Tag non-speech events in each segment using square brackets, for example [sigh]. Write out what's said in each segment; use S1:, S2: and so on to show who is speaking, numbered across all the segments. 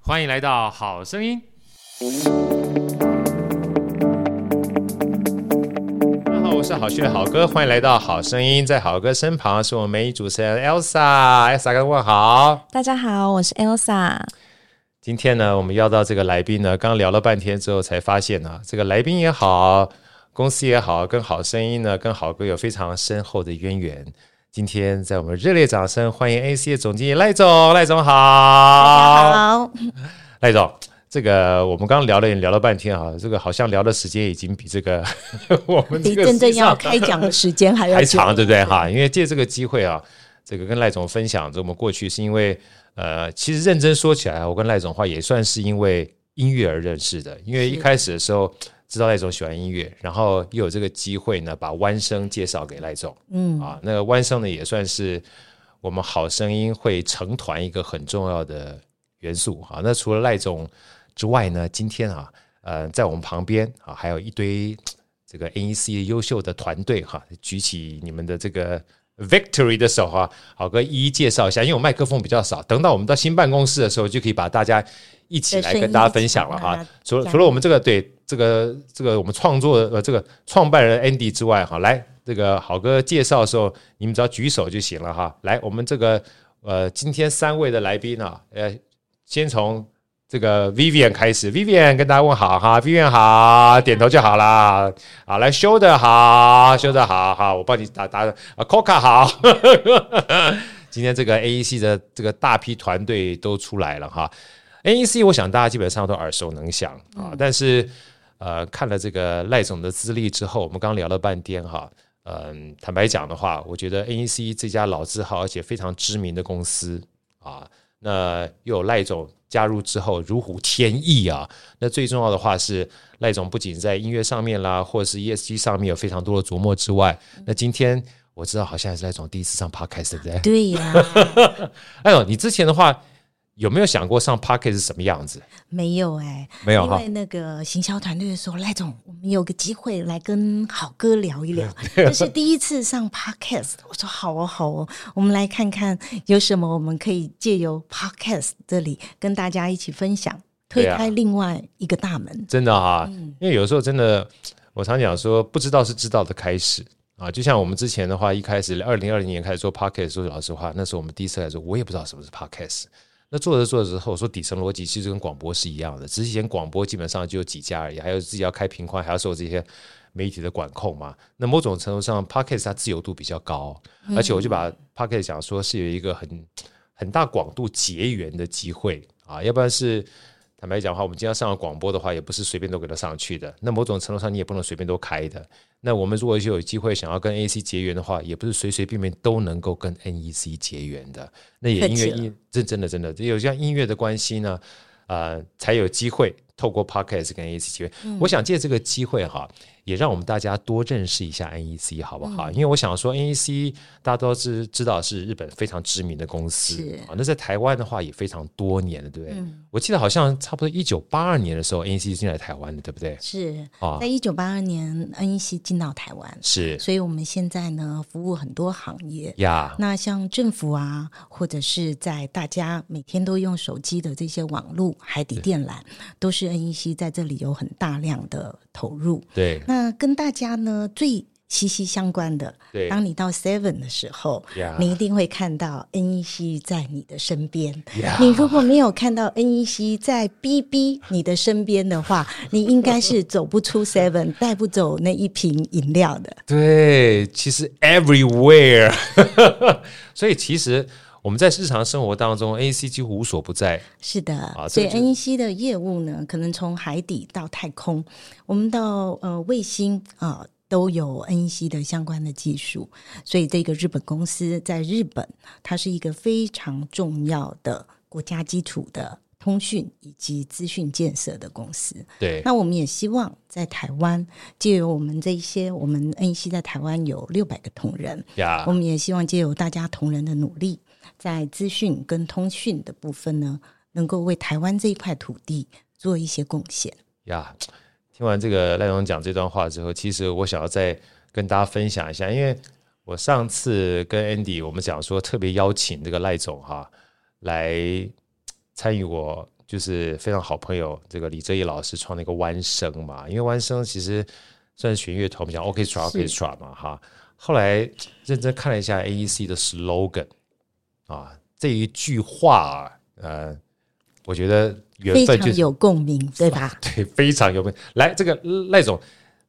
S1: 欢迎来到《好声音》。大家好，我是好学好哥，欢迎来到《好声音》。在好哥身旁是我们美女主持人 Elsa，Elsa 跟问好。
S2: 大家好，我是 Elsa。
S1: 今天呢，我们要到这个来宾呢，刚聊了半天之后，才发现呢，这个来宾也好，公司也好，跟好声音呢，跟好哥有非常深厚的渊源。今天在我们热烈掌声欢迎 AC 的总经理赖总，赖总
S2: 大
S1: 好，
S2: 家好，
S1: 赖总。这个我们刚刚聊了聊了半天啊，这个好像聊的时间已经比这
S2: [laughs]
S1: 个我们这
S2: 比
S1: 个
S2: 真正
S1: 时尚
S2: 要开讲的时间还
S1: [laughs]
S2: 要
S1: 还
S2: 久
S1: 长，对不对哈？因为借这个机会啊，这个跟赖总分享，这我们过去是因为呃，其实认真说起来啊，我跟赖总的话也算是因为音乐而认识的，因为一开始的时候知道赖总喜欢音乐，然后又有这个机会呢，把弯声介绍给赖总，嗯啊，那个弯声呢也算是我们好声音会成团一个很重要的元素啊。那除了赖总之外呢，今天啊，呃，在我们旁边啊，还有一堆这个 NEC 优秀的团队哈、举起你们的这个 Victory 的手哈、好哥一一介绍一下，因为我麦克风比较少，等到我们到新办公室的时候，就可以把大家一起来
S2: 对声音啊
S1: 跟大家分享了
S2: 一起
S1: 哈、
S2: 把它
S1: 除了
S2: 讲
S1: 除了我们这个对这个这个我们创作呃这个创办人 Andy 之外哈、来这个好哥介绍的时候，你们只要举手就行了哈、来，我们这个呃今天三位的来宾啊，呃，先从这个 Vivian 开始，Vivian 跟大家问好哈，Vivian 好，点头就好啦。好，来修的好，修的好好，我帮你打打啊，Coca 好。 [laughs] 今天这个 AEC 的这个大批团队都出来了哈，AEC 我想大家基本上都耳熟能详啊，但是呃看了这个赖总的资历之后，我们刚聊了半天哈。嗯，坦白讲的话，我觉得 NEC 这家老字号而且非常知名的公司啊，那又有赖总加入之后如虎添翼啊。那最重要的话是，赖总不仅在音乐上面啦，或者是 ESG 上面有非常多的琢磨之外，那今天我知道好像也是赖总第一次上 Podcast，对不对？
S2: 对
S1: [laughs]
S2: 呀、
S1: 哎呦，你之前的话有没有想过上 Podcast 是什么样子？
S2: 没有哎、
S1: 没有
S2: 因
S1: 哈
S2: 为那个行销团队说，赖总，我们有个机会来跟好哥聊
S1: [laughs]
S2: 一聊，这是第一次上 podcast。我说好哦，好哦，我们来看看有什么我们可以借由 podcast 这里跟大家一起分享，推
S1: 对啊
S2: 开另外一个大门。
S1: 真的哈、因为有时候真的，我常讲说，不知道是知道的开始啊。就像我们之前的话，一开始二零二零年开始做 podcast，说老实话，那时候我们第一次来说，我也不知道什么是 podcast。那做着做着之后，我说底层逻辑其实跟广播是一样的，只是以前广播基本上就有几家而已，还有自己要开频宽，还要受这些媒体的管控嘛。那某种程度上，podcast 它自由度比较高，而且我就把 podcast 讲说是有一个很很大广度结缘的机会啊，要不然是坦白讲的话，我们今天上了广播的话，也不是随便都给它上去的。那某种程度上，你也不能随便都开的。那我们如果有机会想要跟 AC 结缘的话，也不是随随便便都能够跟 NEC 结缘的。那也
S2: 客
S1: 因为
S2: 气了
S1: 音真真的真的，有像音乐的关系呢，呃，才有机会透过 Podcast 跟 NEC 结缘。我想借这个机会哈，也让我们大家多认识一下 NEC 好不
S2: 嗯
S1: 好？因为我想说 NEC 大家都知知道是日本非常知名的公司
S2: 是嗯
S1: 啊，那在台湾的话也非常多年了，对不对？我记得好像差不多一九八二年的时候，NEC 进来台湾的，对不对？
S2: 是
S1: 啊
S2: 在一九八二年，NEC 进到台湾，
S1: 是
S2: 所以我们现在呢服务很多行业。
S1: 呀，
S2: 那像政府啊，或者是在大家每天都用手机的这些网络、海底电缆，都是 NEC 在这里有很大量的投入。
S1: 对
S2: 那跟大家呢最息息相关的，
S1: 对
S2: 当你到 Seven 的时候
S1: 呀
S2: 你一定会看到 NEC 在你的身边。
S1: 呀
S2: 你如果没有看到 NEC 在 BB 你的身边的话，你应该是走不出 Seven，带不走那一瓶饮料的。
S1: 对，其实 everywhere，所以其实我们在日常生活当中，NEC 几乎无所不在。
S2: 是的，
S1: 这
S2: 所以
S1: 个就
S2: NEC 的业务呢，可能从海底到太空，我们到呃卫星啊、都有 NEC 的相关的技术。所以这个日本公司在日本，它是一个非常重要的国家基础的通讯以及资讯建设的公司。
S1: 对，
S2: 那我们也希望在台湾，借由我们这一些，我们 NEC 在台湾有六百个同仁，
S1: 呀
S2: 我，们也希望借由大家同仁的努力，在资讯跟通讯的部分呢，能够为台湾这一块土地做一些贡献。
S1: 呀，听完这个赖总讲这段话之后，其实我想要再跟大家分享一下，因为我上次跟 Andy 我们讲说特别邀请这个赖总哈来参与我就是非常好朋友这个李哲毅老师创那个弯声嘛，因为弯声其实算是弦乐团，我们讲 orchestra
S2: 是
S1: orchestra 嘛哈。后来认真看了一下 AEC 的 slogan 啊，这一句话、啊，呃，我觉得缘
S2: 非
S1: 分就
S2: 常
S1: 是
S2: 有共鸣，对吧？
S1: 对非常有缘。来，这个赖总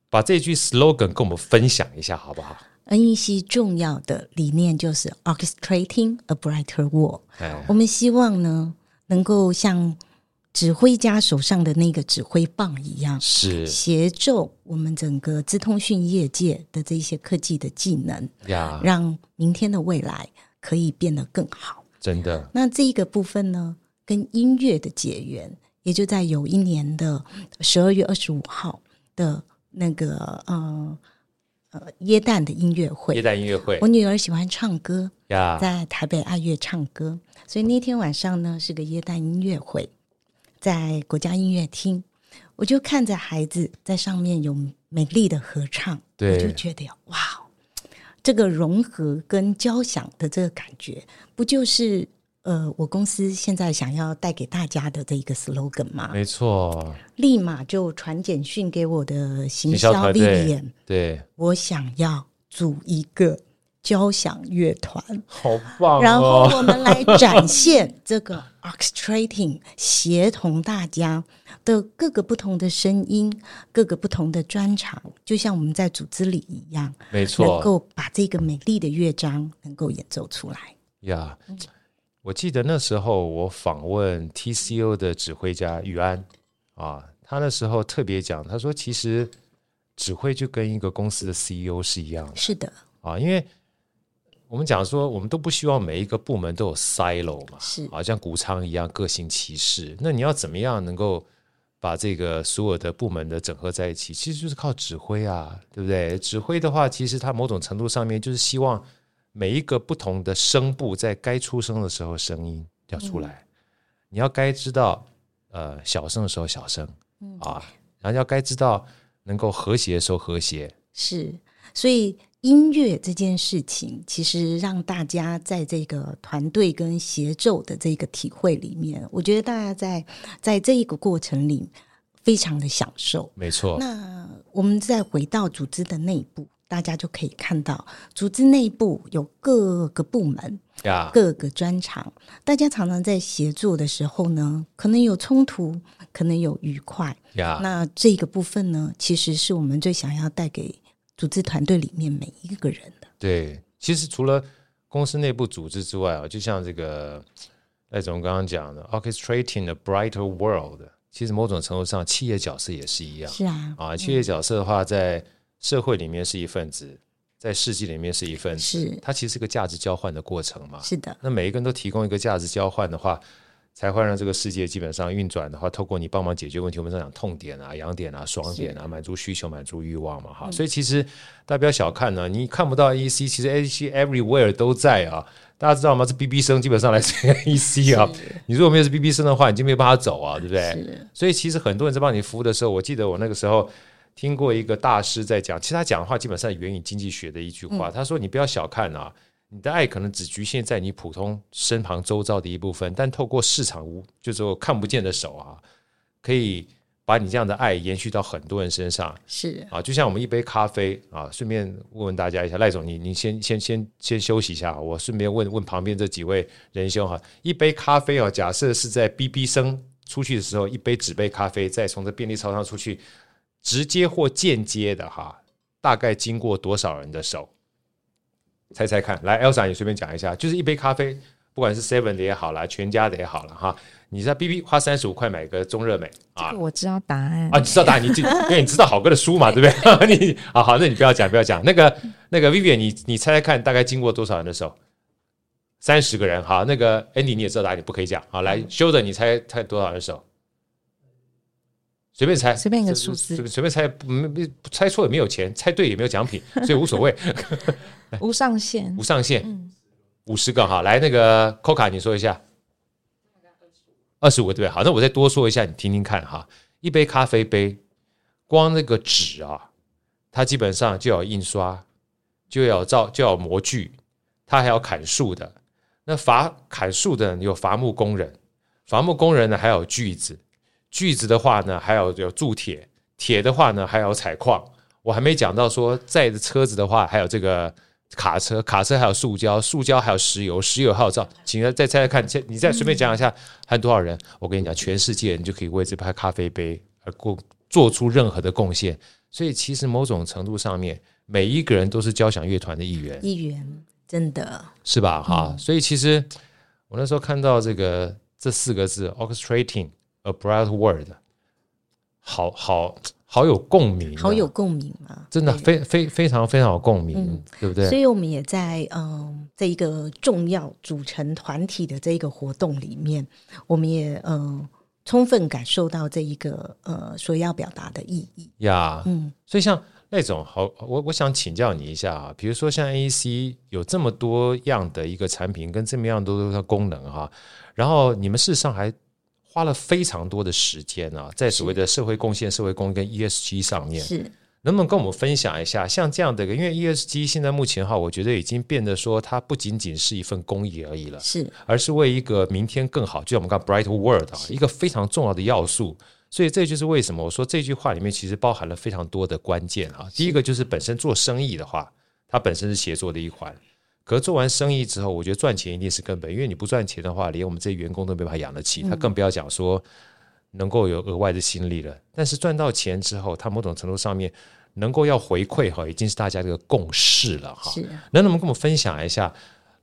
S1: 把这句 slogan 跟我们分享一下好不好？
S2: 恩义熙 E 重要的理念就是 orchestrating a brighter world。
S1: 哎，
S2: 我们希望呢，能够像指挥家手上的那个指挥棒一样，
S1: 是
S2: 协奏我们整个资通讯业界的这一些科技的技能，
S1: 呀，
S2: 让明天的未来可以变得更好。
S1: 真的
S2: 那这一个部分呢，跟音乐的结缘，也就在有一年的十二月二十五号的那个呃呃耶诞的音乐
S1: 耶
S2: 会。
S1: 诞音乐会
S2: 我女儿喜欢唱歌，
S1: 呀，
S2: 在台北爱乐唱歌，所以那天晚上呢是个耶诞音乐会，在国家音乐厅，我就看着孩子在上面有美丽的合唱，
S1: 对
S2: 我就觉得哇，哦这个融合跟交响的这个感觉，不就是呃我公司现在想要带给大家的这一个 slogan 吗？
S1: 没错，
S2: 立马就传简讯给我的行
S1: 行销
S2: 销
S1: 团
S2: 丽
S1: 队
S2: 莲，
S1: 对，
S2: 我想要组一个交响乐团。
S1: 好棒
S2: 然后
S1: 哦，
S2: 我们来展现这个 orchestrating，协同大家的各个不同的声音、各个不同的专长，就像我们在组织里一样，
S1: 没
S2: 能
S1: 错
S2: 够把这个美丽的乐章能够演奏出来。
S1: 呀。我记得那时候我访问 TCO 的指挥家宇安啊，他那时候特别讲，他说其实指挥就跟一个公司的 CEO 是一样的。
S2: 是的，
S1: 啊，因为我们讲说，我们都不希望每一个部门都有 silo 嘛，
S2: 是
S1: 啊，像谷仓一样各行其事。那你要怎么样能够把这个所有的部门的整合在一起？其实就是靠指挥啊，对不对？指挥的话，其实它某种程度上面就是希望每一个不同的声部在该出声的时候声音要出
S2: 嗯
S1: 来，你要该知道呃小声的时候小声，
S2: 嗯
S1: 啊，然后要该知道能够和谐的时候和谐，
S2: 是，所以音乐这件事情，其实让大家在这个团队跟协奏的这个体会里面，我觉得大家在在这一个过程里非常的享受。
S1: 没错，
S2: 那我们再回到组织的内部，大家就可以看到，组织内部有各个部门、
S1: 呀，
S2: 各个专长，大家常常在协作的时候呢，可能有冲突，可能有愉快。
S1: 呀，
S2: 那这个部分呢，其实是我们最想要带给组织团队里面每一个人的。
S1: 对，其实除了公司内部组织之外啊，就像这个赖总刚刚讲的，orchestrating a brighter world，其实某种程度上，企业角色也是一样
S2: 是啊，
S1: 啊。企业角色的话，在社会里面是一份子，在世纪里面是一份子，
S2: 是啊
S1: 它其实是个价值交换的过程嘛。
S2: 是的，
S1: 那每一个人都提供一个价值交换的话，才会让这个世界基本上运转的话，透过你帮忙解决问题，我们常讲痛点啊、痒点啊、爽点啊，满足需求、满足欲望嘛，哈。所以其实大家不要小看呢、你看不到 AEC，其实 AEC everywhere 都在啊。大家知道吗？这 BB 声基本上来自于 AEC 啊。你如果没有这 BB 声的话，你就没有办法走啊，对不对？
S2: 是
S1: 所以其实很多人在帮你服务的时候，我记得我那个时候听过一个大师在讲，其实他讲的话基本上源于经济学的一句话，他说你不要小看啊，你的爱可能只局限在你普通身旁周遭的一部分，但透过市场无就是说看不见的手啊，可以把你这样的爱延续到很多人身上
S2: 是
S1: 啊。就像我们一杯咖啡啊，顺便问问大家一下，赖总，你你先先先先休息一下啊，我顺便问问旁边这几位仁兄哈，一杯咖啡啊，假设是在 BB 生出去的时候，一杯纸杯咖啡，再从这便利超商出去，直接或间接的哈，大概经过多少人的手？猜猜看，来，Elsa，你随便讲一下，就是一杯咖啡，不管是 Seven 的也好啦，全家的也好了哈，你在 BB 花三十五块买个中热美啊
S3: 这个，我知道答案
S1: 啊，你知道答案，你记，因为你知道好哥的书嘛，对不对？ [laughs] 你啊，好，那你不要讲，不要讲。那个那个 Vivian，你你猜猜看，大概经过多少人的手？三十个人。好，那个 Andy 你也知道答案，你不可以讲。好，来修的，你猜猜多少人的手？随便猜，
S3: 随便一个数字
S1: 随随便猜，不没猜错也没有钱，猜对也没有奖品，所以无所谓，
S2: 哎
S3: 无上限
S1: 无，上限。五十个哈，来那个 Coca，你说一下。二十五个对不对？好，那我再多说一下，你听听看哈。一杯咖啡杯，光那个纸啊，它基本上就要印刷，就要造，就要模具，它还要砍树的。那伐砍树的人有伐木工人，伐木工人呢还有锯子，锯子的话呢还有有铸铁，铁的话呢还有采矿。我还没讲到说载着车子的话，还有这个卡车，卡车还有塑胶，塑胶还有石油，石油还有造。请再猜猜看，这你再随便讲一下，还有多少人？我跟你讲，全世界你就可以为这杯咖啡杯而贡做出任何的贡献。所以其实某种程度上面，每一个人都是交响乐团的一员。
S2: 一元真的
S1: 是
S2: 嗯
S1: 吧？哈、所以其实我那时候看到这个这四个字 “orchestrating a bright world”，好好好有共鸣啊、
S2: 好有共鸣啊！
S1: 真的非非非常非常有共鸣，
S2: 嗯
S1: 对不
S2: 所
S1: 对？
S2: 以我们也在嗯、这一个重要组成团体的这一个活动里面，我们也嗯、呃充分感受到这一个呃所要表达的意义。
S1: 呀
S2: 嗯
S1: 所以像那种好，我我想请教你一下啊，比如说像 AEC 有这么多样的一个产品跟这么样多的功能哈、然后你们事实上还花了非常多的时间啊，在所谓的社会贡献、社会公益跟 ESG 上面，
S2: 是
S1: 能不能跟我们分享一下，像这样的一个，因为 ESG 现在目前哈，我觉得已经变得说，它不仅仅是一份公益而已了，
S2: 是，
S1: 而是为一个明天更好，就像我们刚 Bright World 啊，一个非常重要的要素。所以这就是为什么我说这句话里面其实包含了非常多的关键啊。第一个就是本身做生意的话，它本身是协作的一环。可是做完生意之后，我觉得赚钱一定是根本，因为你不赚钱的话，连我们这些员工都没办法养得起，他更不要讲说能够有额外的心力了。但是赚到钱之后，他某种程度上面能够要回馈哈，已经是大家这个共识了哈。
S2: 是
S1: 能不能跟我们分享一下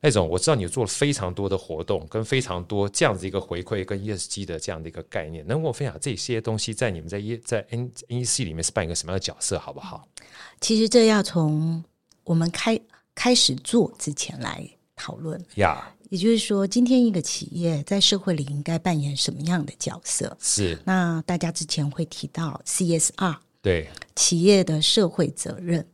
S1: 那种我知道你做了非常多的活动，跟非常多这样子一个回馈跟 ESG 的这样的一个概念，能跟我分享这些东西在你们在 E 在 N NEC 里面是扮演一个什么样的角色，好不好？
S2: 其实这要从我们开开始做之前来讨论。
S1: 呀、
S2: 也就是说，今天一个企业在社会里应该扮演什么样的角色？
S1: 是
S2: 那大家之前会提到 CSR，
S1: 对
S2: 企业的社会责任。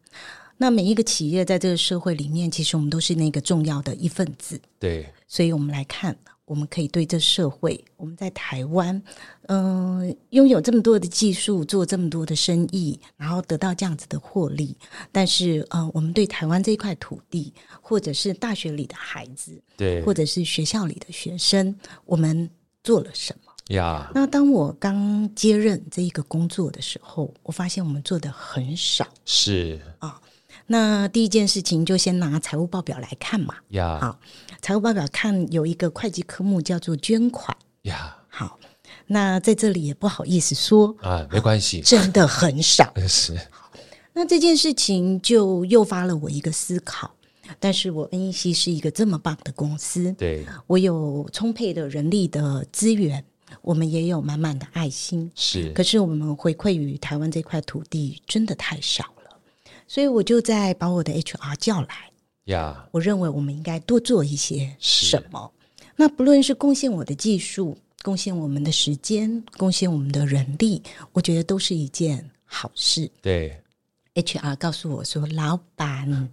S2: 那每一个企业在这个社会里面，其实我们都是那个重要的一份子。
S1: 对
S2: 所以我们来看，我们可以对这社会，我们在台湾，嗯、拥有这么多的技术，做这么多的生意，然后得到这样子的获利，但是，呃，我们对台湾这一块土地，或者是大学里的孩子，
S1: 对
S2: 或者是学校里的学生，我们做了什么？
S1: 呀
S2: 那当我刚接任这一个工作的时候，我发现我们做的很少。
S1: 是
S2: 那第一件事情就先拿财务报表来看嘛，
S1: 呀
S2: 好财务报表看有一个会计科目叫做捐款。
S1: 呀
S2: 好，那在这里也不好意思说，
S1: 啊，没关系，
S2: 真的很少。 [laughs]
S1: 是
S2: 那这件事情就诱发了我一个思考。但是我 NEC 是一个这么棒的公司，
S1: 对
S2: 我有充沛的人力的资源，我们也有满满的爱心，
S1: 是
S2: 可是我们回馈于台湾这块土地真的太少了，所以我就在把我的 HR 叫来，
S1: 呀
S2: 我认为我们应该多做一些
S1: 是
S2: 什么。那不论是贡献我的技术，贡献我们的时间，贡献我们的人力，我觉得都是一件好事。
S1: 对
S2: HR 告诉我说：“老板，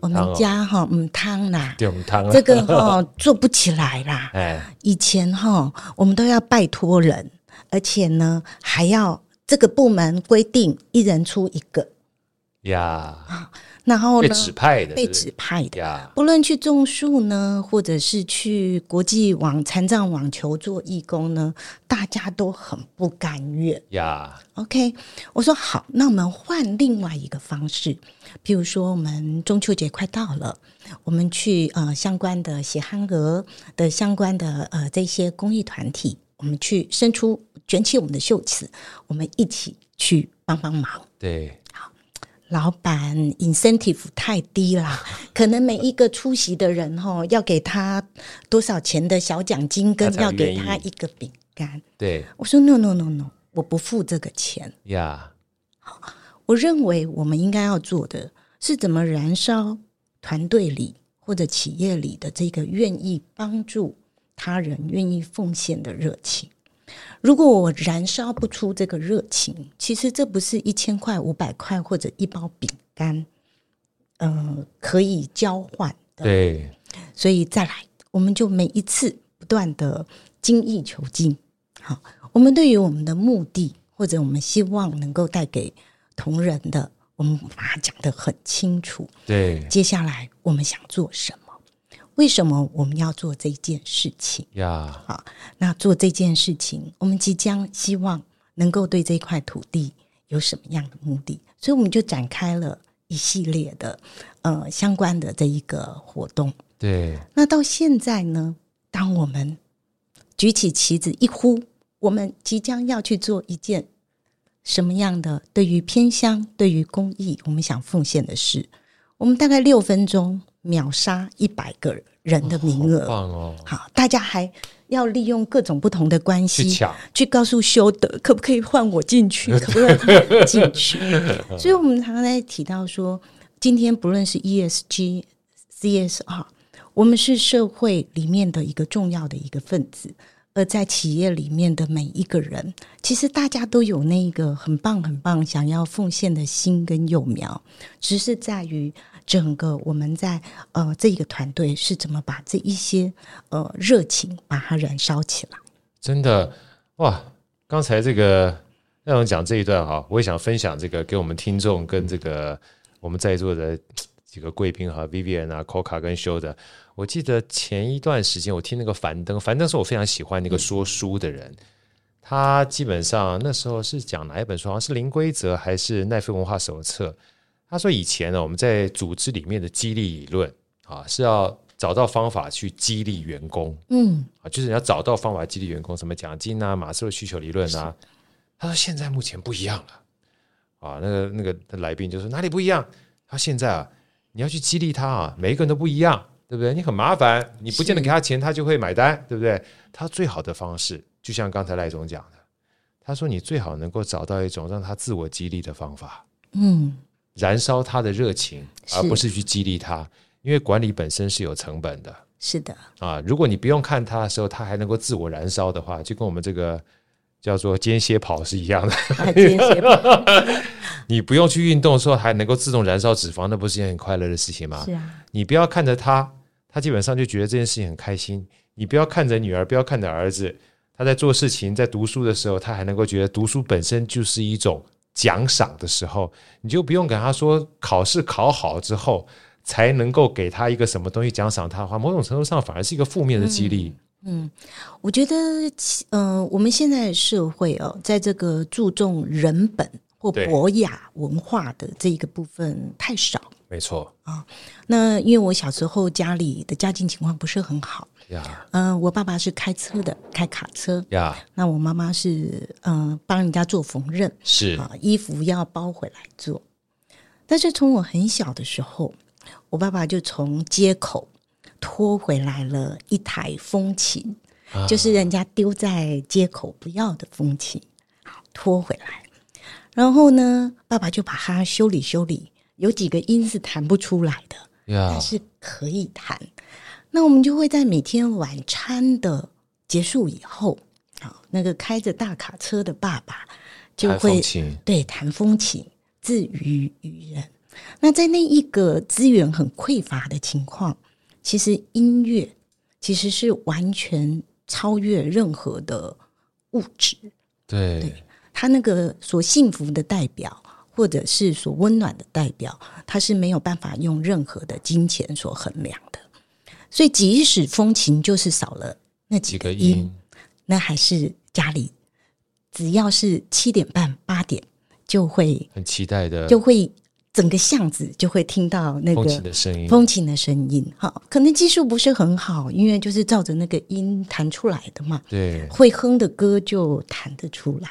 S2: 我
S1: 汤哦
S2: 们家哈、嗯汤
S1: [laughs]
S2: 啦，
S1: 对我们汤了
S2: 这个哈、做不起来啦。
S1: 哎
S2: 以前哈、我们都要拜托人，而且呢还要这个部门规定一人出一个，
S1: 呀
S2: 然后
S1: 被
S2: 呢
S1: 指派的
S2: 被
S1: 是不是
S2: 指派的。
S1: 呀
S2: 不论去种树呢，或者是去国际网残障网球做义工呢，大家都很不甘愿。
S1: 呀
S2: OK，我说好，那我们换另外一个方式，比如说我们中秋节快到了，我们去呃相关的血汗鹅的相关的呃这些公益团体，我们去伸出卷起我们的袖子，我们一起去帮帮忙。
S1: 对
S2: 老板 incentive 太低
S1: [laughs]
S2: 啦，可能每一个出席的人哦，要给他多少钱的小奖金，跟
S1: 他才
S2: 要
S1: 会
S2: 给
S1: 愿意
S2: 他一个饼干。
S1: 对
S2: 我说 no no no no，我不付这个钱。
S1: 呀
S2: 我认为我们应该要做的是怎么燃烧团队里或者企业里的这个愿意帮助他人、愿意奉献的热情。如果我燃烧不出这个热情，其实这不是一千块、五百块或者一包饼干，呃，可以交换的。
S1: 对
S2: 所以再来，我们就每一次不断的精益求精。好，我们对于我们的目的或者我们希望能够带给同仁的，我们把它讲得很清楚。
S1: 对
S2: 接下来我们想做什么？为什么我们要做这件事情？
S1: 呀，
S2: 那做这件事情，我们即将希望能够对这块土地有什么样的目的？所以我们就展开了一系列的呃相关的这一个活动。
S1: 对，
S2: 那到现在呢，当我们举起旗子一呼，我们即将要去做一件什么样的对于偏乡、对于公益，我们想奉献的事，我们大概六分钟秒杀一百个人的名额。
S1: 棒哦，
S2: 好，大家还要利用各种不同的关
S1: 去
S2: 系
S1: 抢，
S2: 去告诉修德，可不可以换我进去？可不可以换我进去？所以，我们常常在提到说，今天不论是 E ESG、CSR，我们是社会里面的一个重要的一个分子。而在企业里面的每一个人，其实大家都有那一个很棒、很棒想要奉献的心跟幼苗，只是在于整个我们在呃这一个团队是怎么把这一些呃热情把它燃烧起来。
S1: 真的哇！刚才这个让我讲这一段哈，我也想分享这个给我们听众跟这个我们在座的几个贵宾哈，Vivian 啊、Coca 跟 s h o 的。我记得前一段时间我听那个樊登，樊登是我非常喜欢那个说书的人。他基本上那时候是讲哪一本书？好像是《零规则》还是《奈飞文化手册》。他说以前呢，我们在组织里面的激励理论啊，是要找到方法去激励员工。
S2: 嗯，
S1: 啊，就是你要找到方法激励员工，什么奖金啊、马斯洛需求理论啊。他说现在目前不一样了，啊，那个那个来宾就说哪里不一样？他说现在啊，你要去激励他啊，每一个人都不一样，对不对？你很麻烦，你不见得给他钱，他就会买单，对不对？他最好的方式，就像刚才赖总讲的，他说你最好能够找到一种让他自我激励的方法。
S2: 嗯，
S1: 燃烧他的热情，
S2: 是
S1: 而不是去激励他，因为管理本身是有成本的。
S2: 是的，
S1: 啊，如果你不用看它的时候，它还能够自我燃烧的话，就跟我们这个叫做间歇跑是一样的。
S2: 啊今
S1: [laughs]
S2: 天写
S1: 你不用去运动的时候，还能够自动燃烧脂肪，那不是一件很快乐的事情吗？
S2: 是啊，
S1: 你不要看着他，他基本上就觉得这件事情很开心。你不要看着女儿，不要看着儿子，他在做事情、在读书的时候，他还能够觉得读书本身就是一种奖赏的时候，你就不用给他说考试考好之后才能够给他一个什么东西奖赏他的话，某种程度上反而是一个负面的激励。
S2: 嗯我觉得，呃，我们现在的社会哦，在这个注重人本或
S1: 对
S2: 博雅文化的这一个部分太少。
S1: 没错
S2: 那因为我小时候家里的家境情况不是很好，
S1: 呀
S2: 嗯、我爸爸是开车的，开卡车，
S1: 呀，
S2: 那我妈妈是嗯、呃帮人家做缝纫，
S1: 是
S2: 啊，衣服要包回来做。但是从我很小的时候，我爸爸就从街口拖回来了一台风琴，
S1: 啊
S2: 就是人家丢在街口不要的风琴，好拖回来。然后呢，爸爸就把它修理修理，有几个音是弹不出来的，
S1: 呀
S2: 但，是可以弹。那我们就会在每天晚餐的结束以后，好，那个开着大卡车的爸爸就
S1: 弹
S2: 会
S1: 风琴
S2: 对弹风琴自娱于人。那在那一个资源很匮乏的情况，其实音乐其实是完全超越任何的物质，
S1: 对
S2: 他那个所幸福的代表，或者是所温暖的代表，他是没有办法用任何的金钱所衡量的。所以，即使风琴就是少了那
S1: 几
S2: 几
S1: 个
S2: 个
S1: 音
S2: 音，那还是家里只要是七点半、八点就会
S1: 很期待的
S2: 就会整个巷子就会听到那
S1: 风
S2: 个
S1: 琴的声音，
S2: 风琴的声音。哈，可能技术不是很好，因为就是照着那个音弹出来的嘛。
S1: 对
S2: 会哼的歌就弹得出来，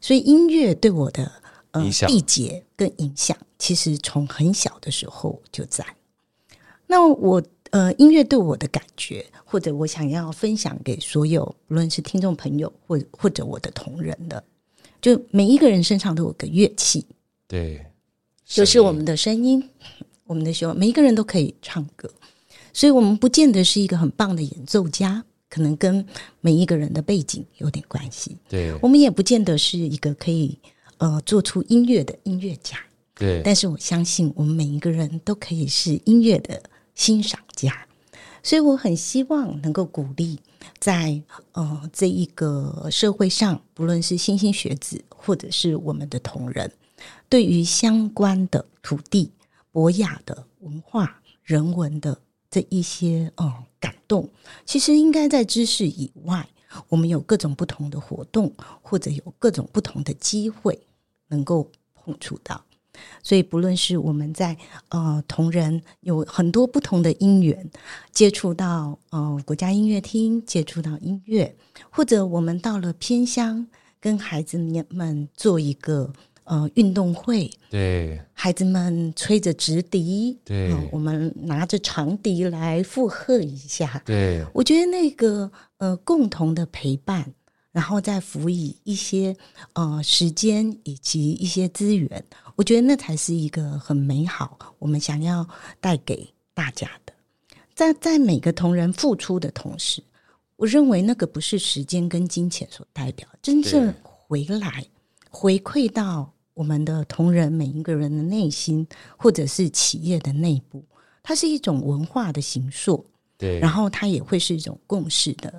S2: 所以音乐对我的呃
S1: 影响
S2: 缔结跟影响，其实从很小的时候就在。那我呃，音乐对我的感觉，或者我想要分享给所有，无论是听众朋友或或者我的同仁的，就每一个人身上都有个乐器，
S1: 对，
S2: 就是
S1: 声音
S2: 我们的声音，我们的修，每一个人都可以唱歌，所以我们不见得是一个很棒的演奏家，可能跟每一个人的背景有点关系。
S1: 对
S2: 我们也不见得是一个可以呃做出音乐的音乐家，
S1: 对
S2: 但是我相信我们每一个人都可以是音乐的欣赏家，所以我很希望能够鼓励在呃这一个社会上，不论是新兴学子或者是我们的同仁，对于相关的土地、博雅的文化、人文的这一些呃感动，其实应该在知识以外，我们有各种不同的活动，或者有各种不同的机会能够碰触到。所以，不论是我们在呃同仁有很多不同的因缘，接触到呃国家音乐厅，接触到音乐，或者我们到了偏乡，跟孩子们们做一个呃运动会，
S1: 对
S2: 孩子们吹着直笛，
S1: 对
S2: 嗯我们拿着长笛来附和一下。
S1: 对
S2: 我觉得那个呃共同的陪伴，然后再辅以一些呃时间以及一些资源，我觉得那才是一个很美好，我们想要带给大家的。在在每个同仁付出的同时，我认为那个不是时间跟金钱所代表，真正
S1: 对
S2: 回来回馈到我们的同仁每一个人的内心，或者是企业的内部，它是一种文化的形塑。
S1: 对，
S2: 然后它也会是一种共识的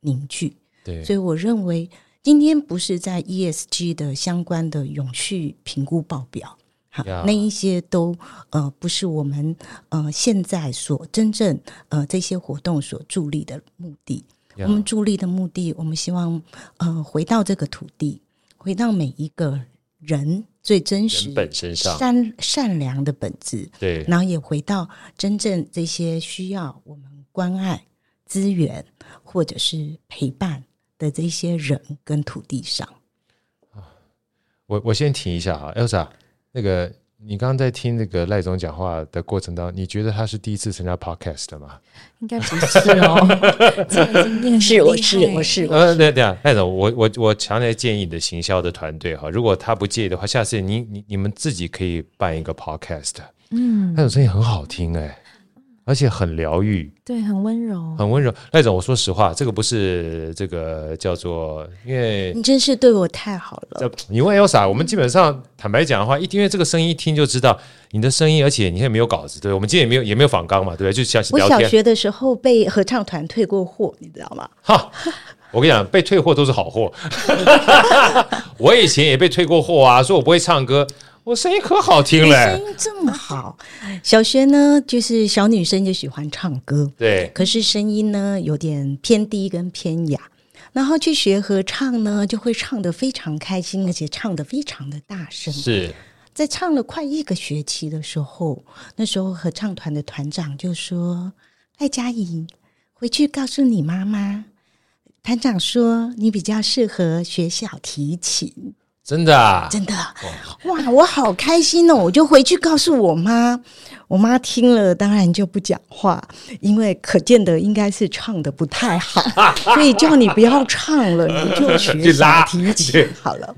S2: 凝聚。
S1: 对
S2: 所以我认为，今天不是在 ESG 的相关的永续评估报表，哈
S1: 呀
S2: 那一些都呃不是我们呃现在所真正呃这些活动所助力的目的。
S1: 呀
S2: 我们助力的目的，我们希望呃回到这个土地，回到每一个人最真实
S1: 人、本身上，
S2: 善善良的本质。
S1: 对
S2: 然后也回到真正这些需要我们关爱、资源或者是陪伴的这些人跟土地上。
S1: 我我先停一下啊，Elsa，那个你刚刚在听那个赖总讲话的过程当中，你觉得他是第一次参加 podcast 的吗？
S3: 应该不是哦，这个经验
S2: 是，我是
S3: 很厉害
S2: 我是我
S1: 呃，对对啊，赖总，我我我强烈建议你的行销的团队哈，如果他不介意的话，下次你你你们自己可以办一个 podcast，
S3: 嗯，
S1: 那种声音很好听哎、而且很疗愈，
S3: 对，很温柔，
S1: 很温柔。赖总，我说实话，这个不是这个叫做，因为
S2: 你真是对我太好了，
S1: 这你问 Elsa，我们基本上坦白讲的话，一听因为这个声音一听就知道你的声音，而且你也没有稿子，对，我们今天也没有也没有访纲嘛，对不对？就像是
S2: 我
S1: 聊
S2: 小
S1: 天。
S2: 学的时候被合唱团退过货，你知道吗？
S1: 哈，我跟你讲，被退货都是好货。 [laughs] 我以前也被退过货啊，说我不会唱歌，我声音可好听
S2: 你
S1: 嘞、
S2: 哎声音这么好，小学呢就是小女生就喜欢唱歌，
S1: 对
S2: 可是声音呢有点偏低跟偏哑，然后去学合唱呢就会唱得非常开心，而且唱得非常的大声。
S1: 是，
S2: 在唱了快一个学期的时候，那时候合唱团的团长就说：“赖佳怡，回去告诉你妈妈。”团长说：“你比较适合学小提琴。
S1: 真的、啊”。
S2: 真的，哇，我好开心哦！我就回去告诉我妈，我妈听了当然就不讲话，因为可见的应该是唱的不太 [laughs] 好，所以叫你不要唱 [laughs] 了，你就学
S1: 去拉
S2: 小提琴好了。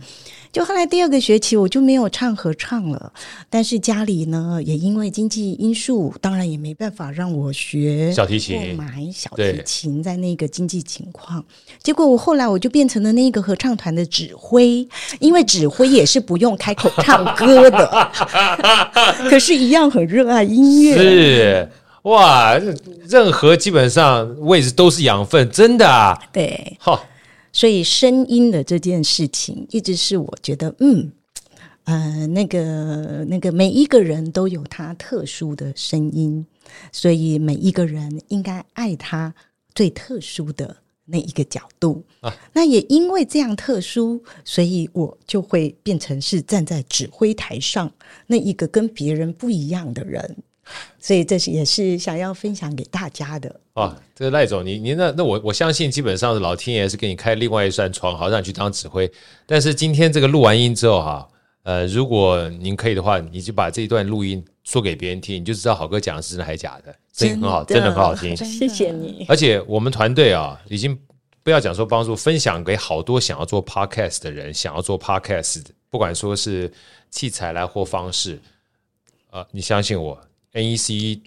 S2: 就后来第二个学期我就没有唱合唱了，但是家里呢也因为经济因素，当然也没办法让我学
S1: 小提琴
S2: 或买小
S1: 对
S2: 提琴，在那个经济情况，结果我后来我就变成了那个合唱团的指挥，因为指挥也是不用开口唱歌的，
S1: [laughs]
S2: 可是，一样很热爱音乐。
S1: 是哇，任任何基本上位置都是养分，真的啊！
S2: 对，
S1: 哈，
S2: 所以声音的这件事情，一直是我觉得，嗯，呃，那个那个，每一个人都有他特殊的声音，所以每一个人应该爱他最特殊的那一个角度。
S1: 啊
S2: 那也因为这样特殊，所以我就会变成是站在指挥台上那一个跟别人不一样的人。所以这是也是想要分享给大家的。
S1: 啊，这个赖总，你你那那我我相信，基本上老天爷是给你开另外一扇窗，好让你去当指挥。但是今天这个录完音之后哈、呃，如果您可以的话，你就把这一段录音说给别人听，你就知道好哥讲的是真的还是假的，声音很好，真
S2: 真的
S1: 的很好听。
S3: 真的
S2: 谢谢
S1: [laughs]
S2: 你。
S1: 而且我们团队啊，已经不要讲说帮助，分享给好多想要做 podcast 的人，想要做 podcast，的不管说是器材啦或方式，呃，你相信我，NEC，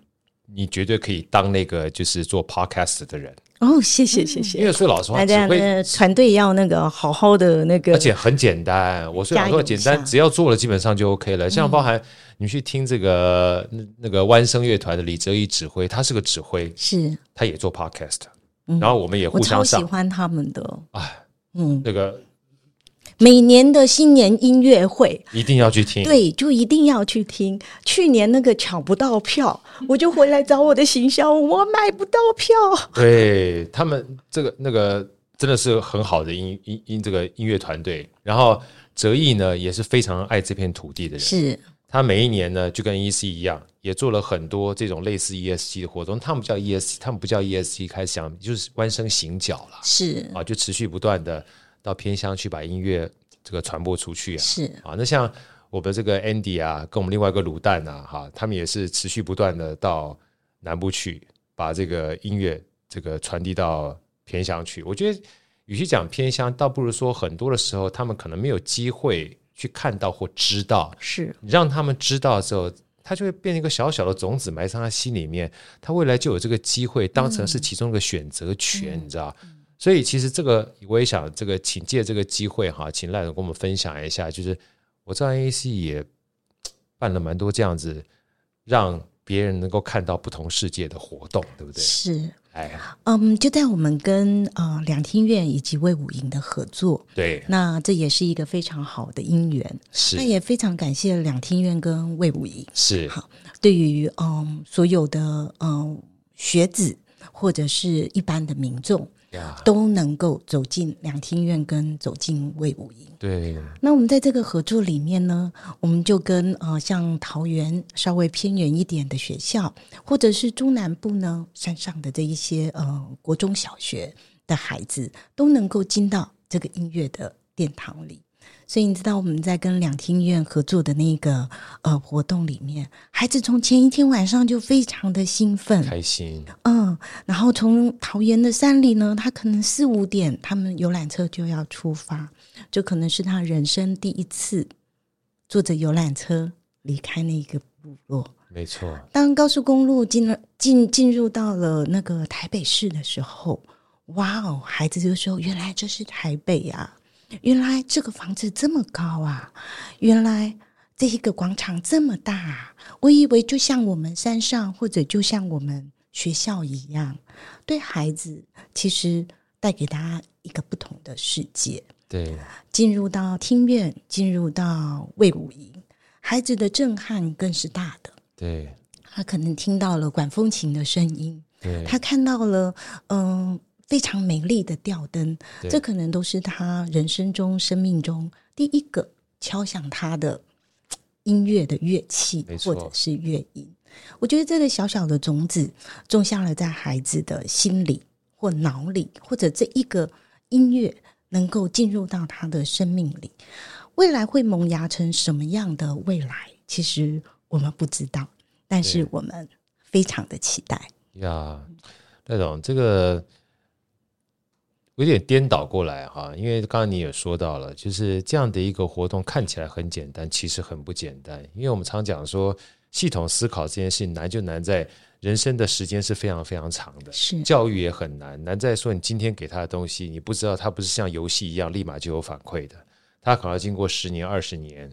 S1: 你绝对可以当那个就是做 podcast 的人，
S2: 哦，谢谢谢谢
S1: 因。为说老实话，
S2: 大
S1: 只
S2: 家
S1: 会。
S2: 的呃团队要那个好好的那个，
S1: 而且很简单，我虽然说简
S2: 加油
S1: 单，
S2: 一下
S1: 只要做了基本上就 OK
S2: 嗯
S1: 了。像包含你去听这个那那个弯声乐团的李哲一指挥，他是个指挥，
S2: 是
S1: 他也做 podcast，然后我们也
S2: 嗯我
S1: 互相
S2: 超喜
S1: 上，
S2: 欢他们的，
S1: 哎，
S2: 嗯，
S1: 那个
S2: 每年的新年音乐会，
S1: 一定要去听。
S2: 对，就一定要去听。去年那个抢不到票，
S1: 嗯
S2: 我就回来找我的行销，我买不到票。
S1: 对他们这个那个真的是很好的音音音这个音乐团队。然后哲毅呢也是非常爱这片土地的人，
S2: 是
S1: 他每一年呢就跟 EC 一样，也做了很多这种类似 ESG 的活动。他们不叫 ESG，他们不叫 ESG，开始讲就是弯身行脚了
S2: 是
S1: 啊，就持续不断的到偏乡去把音乐这个传播出去啊。
S2: 是，
S1: 啊，那像我们这个 Andy 啊，跟我们另外一个卤蛋啊，哈，他们也是持续不断的到南部去，把这个音乐这个传递到偏乡去。我觉得，与其讲偏乡，倒不如说很多的时候，他们可能没有机会去看到或知道。
S3: 是
S1: 你让他们知道之后，他就会变成一个小小的种子埋在他心里面，他未来就有这个机会当成是其中一个选择权，
S2: 嗯
S1: 你知道。所以其实这个我也想，这个请借这个机会哈，请赖总跟我们分享一下，就是我知道 AAC 也办了蛮多这样子，让别人能够看到不同世界的活动，对不对？
S2: 是。
S1: 哎，
S2: 嗯，就在我们跟呃两厅院以及魏武营的合作，
S1: 对，
S2: 那这也是一个非常好的姻缘。
S1: 是
S2: 那也非常感谢两厅院跟魏武营
S1: 是
S2: 对于嗯所有的嗯学子或者是一般的民众
S1: 呀，
S2: 都能够走进两厅院跟走进魏武营。
S1: 对，
S2: 那我们在这个合作里面呢，我们就跟呃像桃园稍微偏远一点的学校，或者是中南部呢山上的这一些呃国中小学的孩子，都能够进到这个音乐的殿堂里。所以你知道我们在跟两厅院合作的那个呃活动里面，孩子从前一天晚上就非常的兴奋，
S1: 开心，
S2: 嗯，然后从桃园的山里呢，他可能四五点，他们游览车就要出发，这可能是他人生第一次坐着游览车离开那个部落。
S1: 没错，
S2: 当高速公路进了进进入到了那个台北市的时候，哇哦，孩子就说：“原来这是台北呀、啊，原来这个房子这么高啊，原来这一个广场这么大、啊，我以为就像我们山上或者就像我们学校一样。”对孩子，其实带给他一个不同的世界。
S1: 对，
S2: 进入到听院，进入到魏武营，孩子的震撼更是大的。
S1: 对，
S2: 他可能听到了管风琴的声音，
S1: 对，
S2: 他看到了嗯、非常美丽的吊灯，
S1: 对
S2: 这可能都是他人生中、生命中第一个敲响他的嘖音乐的乐器
S1: 没，错
S2: 或者是乐音。我觉得这个小小的种子种下了在孩子的心里或脑里，或者这一个音乐能够进入到他的生命里，未来会萌芽成什么样的未来，其实我们不知道，但是
S1: 对
S2: 我们非常的期待。
S1: 呀，赖总，这个有点颠倒过来哈，因为刚刚你也说到了，就是这样的一个活动看起来很简单，其实很不简单。因为我们常讲说，系统思考这件事情难就难在人生的时间是非常非常长的，
S2: 是
S1: 教育也很难，难在说你今天给他的东西，你不知道他不是像游戏一样立马就有反馈的，他可能要经过十年、二十年，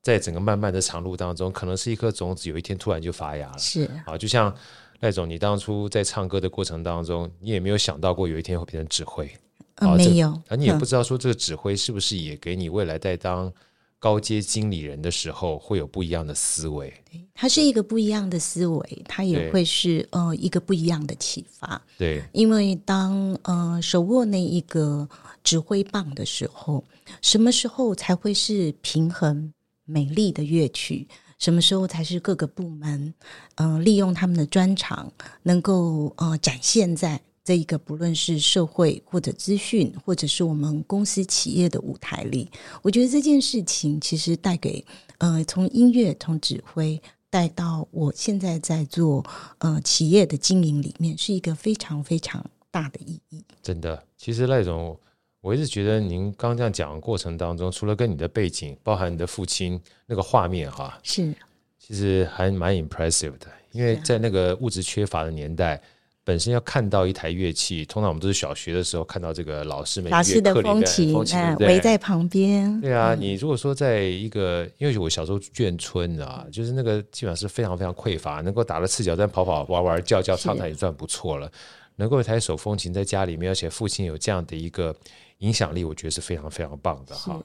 S1: 在整个漫漫的长路当中，可能是一颗种子，有一天突然就发芽了。
S2: 是
S1: 啊，就像赖总，你当初在唱歌的过程当中，你也没有想到过有一天会变成指挥，
S2: 呃
S1: 哦这
S2: 没有，
S1: 而你也
S2: 嗯
S1: 不知道说这个指挥是不是也给你未来在当高阶经理人的时候会有不一样的思维。
S2: 嗯它是一个不一样的思维，它也
S1: 对
S2: 会是呃一个不一样的启发。
S1: 对，
S2: 因为当呃手握那一个指挥棒的时候，什么时候才会是平衡美丽的乐曲？什么时候才是各个部门呃利用他们的专长，能够呃展现在这一个不论是社会或者资讯，或者是我们公司企业的舞台里？我觉得这件事情其实带给呃从音乐从指挥。带到我现在在做呃企业的经营里面，是一个非常非常大的意义。
S1: 真的，其实赖总，我一直觉得您刚这样讲的过程当中，除了跟你的背景，包含你的父亲那个画面哈、
S2: 是
S1: 其实还蛮 impressive 的，因
S2: 啊
S1: 为在那个物质缺乏的年代，本身要看到一台乐器，通常我们都是小学的时候看到这个老师们
S2: 老师
S1: 乐
S2: 的
S1: 课里
S2: 风情，
S1: 风琴
S2: 哎
S1: 对，不对
S2: 围在嗯旁边，
S1: 对啊，你如果说在一个，因为我小时候眷村啊，就是那个基本上是非常非常匮乏，能够打了赤脚在跑跑玩玩叫叫唱唱也算不错了。能够有一台手风琴在家里面，而且父亲有这样的一个影响力，我觉得是非常非常棒的哈。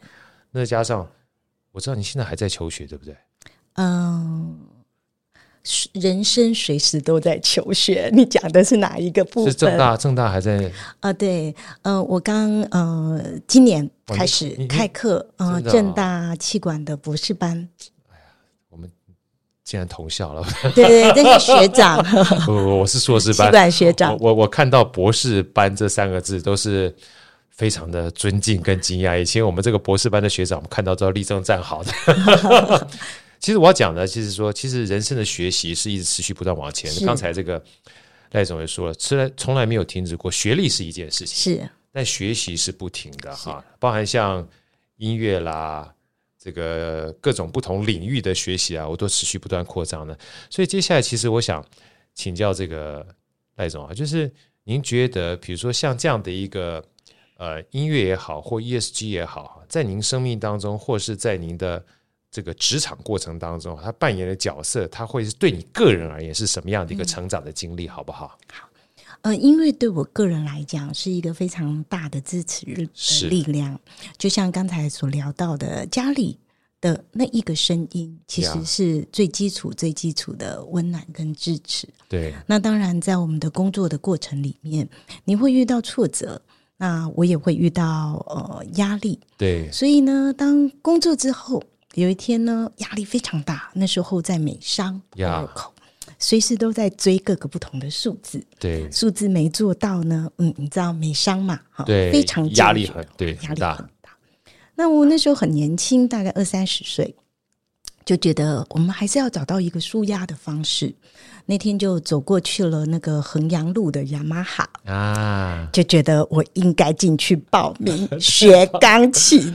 S1: 那加上我知道你现在还在求学，对不对？
S2: 嗯，是人生随时都在求学。你讲的是哪一个部
S1: 是正
S2: 分？啊、
S1: 大，正大还在
S2: 对，呃，我刚呃，今年
S1: 哦
S2: 开
S1: 你
S2: 始
S1: 你
S2: 开课，
S1: 真
S2: 呃，
S1: 的哦
S2: 正大气管的博士班，
S1: 竟然同校了， [laughs]
S2: 对对，对这是学长，
S1: 不不不我是硕士
S2: 气 [laughs]
S1: 班，
S2: 管学长
S1: 我，我我看到博士班这三个字都是非常的尊敬跟惊讶。以前我们这个博士班的学长，我们看到之后立正站好的。其实我要讲的，其实说，其实人生的学习是一直持续不断往前的。
S2: 是
S1: 刚才这个赖总也说了，从来从来没有停止过。学历是一件事情，
S2: 是
S1: 但学习是不停的哈，包含像音乐啦，这个各种不同领域的学习啊，我都持续不断扩张的。所以接下来，其实我想请教这个赖总啊，就是您觉得，比如说像这样的一个呃音乐也好，或 ESG 也好，在您生命当中，或是在您的这个职场过程当中，他扮演的角色，他会是对你个人而言是什么样的一个成长的经历，好不好？
S2: 呃，音乐对我个人来讲是一个非常大的支持
S1: 是
S2: 的力量。就像刚才所聊到的，家里的那一个声音，其实
S1: Yeah
S2: 是最基础、最基础的温暖跟支持。
S1: 对，
S2: 那当然，在我们的工作的过程里面，你会遇到挫折，那我也会遇到呃压力。
S1: 对，
S2: 所以呢，当工作之后，有一天呢，压力非常大。那时候在美商
S1: Yeah
S2: 入口随时都在追各个不同的数字。
S1: [laughs] 对，
S2: 数字没做到呢，嗯，你知道美商嘛，哈，
S1: 对，
S2: 非常
S1: 压力
S2: 焦
S1: 很
S2: 虑
S1: 对
S2: 压
S1: 很
S2: 力
S1: 大
S2: 很，大。那我那时候很年轻，大概二三十岁，就觉得我们还是要找到一个舒压的方式。那天就走过去了那个衡阳路的雅马哈，
S1: 啊，
S2: 就觉得我应该进去报名
S1: [laughs]
S2: 学钢琴。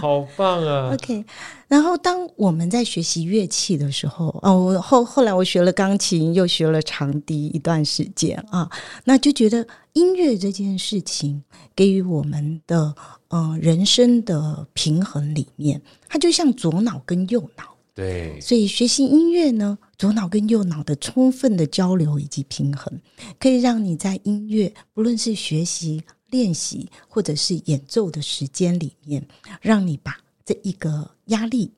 S1: 好棒啊！
S2: OK，然后当我们在学习乐器的时候，哦，我后后来我学了钢琴，又学了长笛一段时间啊，那就觉得音乐这件事情给予我们的呃人生的平衡里面，它就像左脑跟右脑，
S1: 对，
S2: 所以学习音乐呢，左脑跟右脑的充分的交流以及平衡，可以让你在音乐，不论是学习、练习或者是演奏的时间里面，让你把这一个压力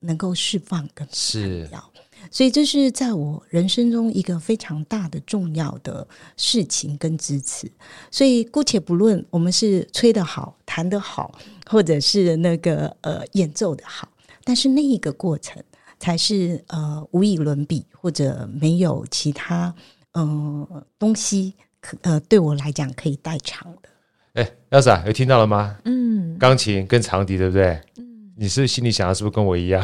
S2: 能够释放跟
S1: 是
S2: 掉。所以这是在我人生中一个非常大的重要的事情跟支持。所以姑且不论我们是吹得好、弹得好，或者是那个呃演奏的好，但是那一个过程才是呃无以伦比，或者没有其他呃东西可呃对我来讲可以代偿的。
S1: 哎，廖仔有听到了吗？
S3: 嗯，
S1: 钢琴跟长笛，对不对？你是不是心里想的是不是跟我一样？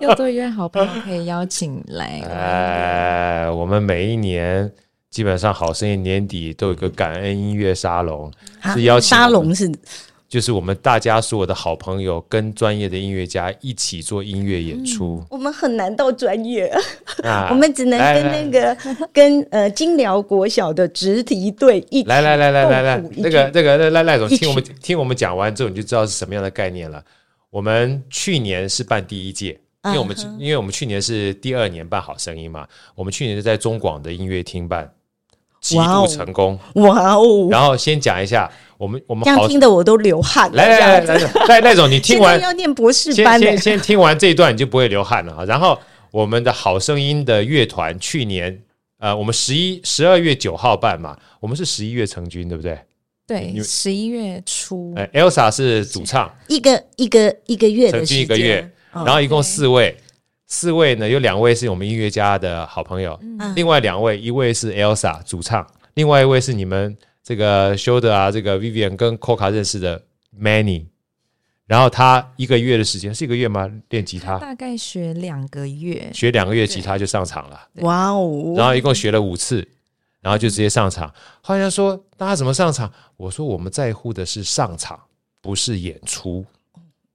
S3: 幼稚园好朋友可以邀请
S1: [laughs]
S3: 来。
S1: 哎，我们每一年基本上好声音年底都有一个感恩音乐沙龙，是邀请
S2: 啊沙
S1: 我们
S2: 龙是
S1: 就是我们大家所有的好朋友跟专业的音乐家一起做音乐演出
S2: 我们很难到专业。
S1: 啊
S2: 我们只能
S1: 来
S2: 跟那个跟呃金辽国小的直笛队一起
S1: 来来来来来来
S2: 共，舞一
S1: 那个
S2: 曲
S1: 那个赖赖赖总，
S2: 一
S1: 听我们听我们讲完之后，你就知道是什么样的概念了。我们去年是办第一届，因为我们、
S2: 嗯哼
S1: 因为我们去年是第二年办好声音嘛，我们去年是在中广的音乐厅办，极
S2: 哇
S1: 度
S2: 哦
S1: 成功。
S2: 哇哦，
S1: 然后先讲一下，我们我们
S2: 这样
S1: 好
S2: 听得我都流汗了。
S1: 来来来
S2: 这样子，
S1: 来来赖赖总，你听完
S2: 现在要念博士
S1: 先
S2: 班呢
S1: 先，先听完这一段，你就不会流汗了啊。然后我们的好声音的乐团去年。呃，我们十一、十二月九号办嘛，我们是十一月成军，对不对？你
S3: 对，十一月初，
S1: 哎，Elsa 是主唱，
S2: 一个一个一个月的
S1: 成
S2: 时
S1: 军
S2: 间，
S1: 一个月，
S2: 哦
S1: 然后一共四位，四位呢有两位是我们音乐家的好朋友，
S2: 嗯
S1: 另外两位一位是 Elsa 主唱，另外一位是你们这个 Shoulder 啊，这个 Vivian 跟 Coca 认识的 Manny，然后他一个月的时间是一个月吗？练吉他，
S3: 大概学两个月，
S1: 学两个月吉他就上场了。
S2: 哇
S1: 然
S2: 哦，
S1: 后一共学了五次，然后就直接上场。后来他说大家怎么上场？我说我们在乎的是上场，不是演出。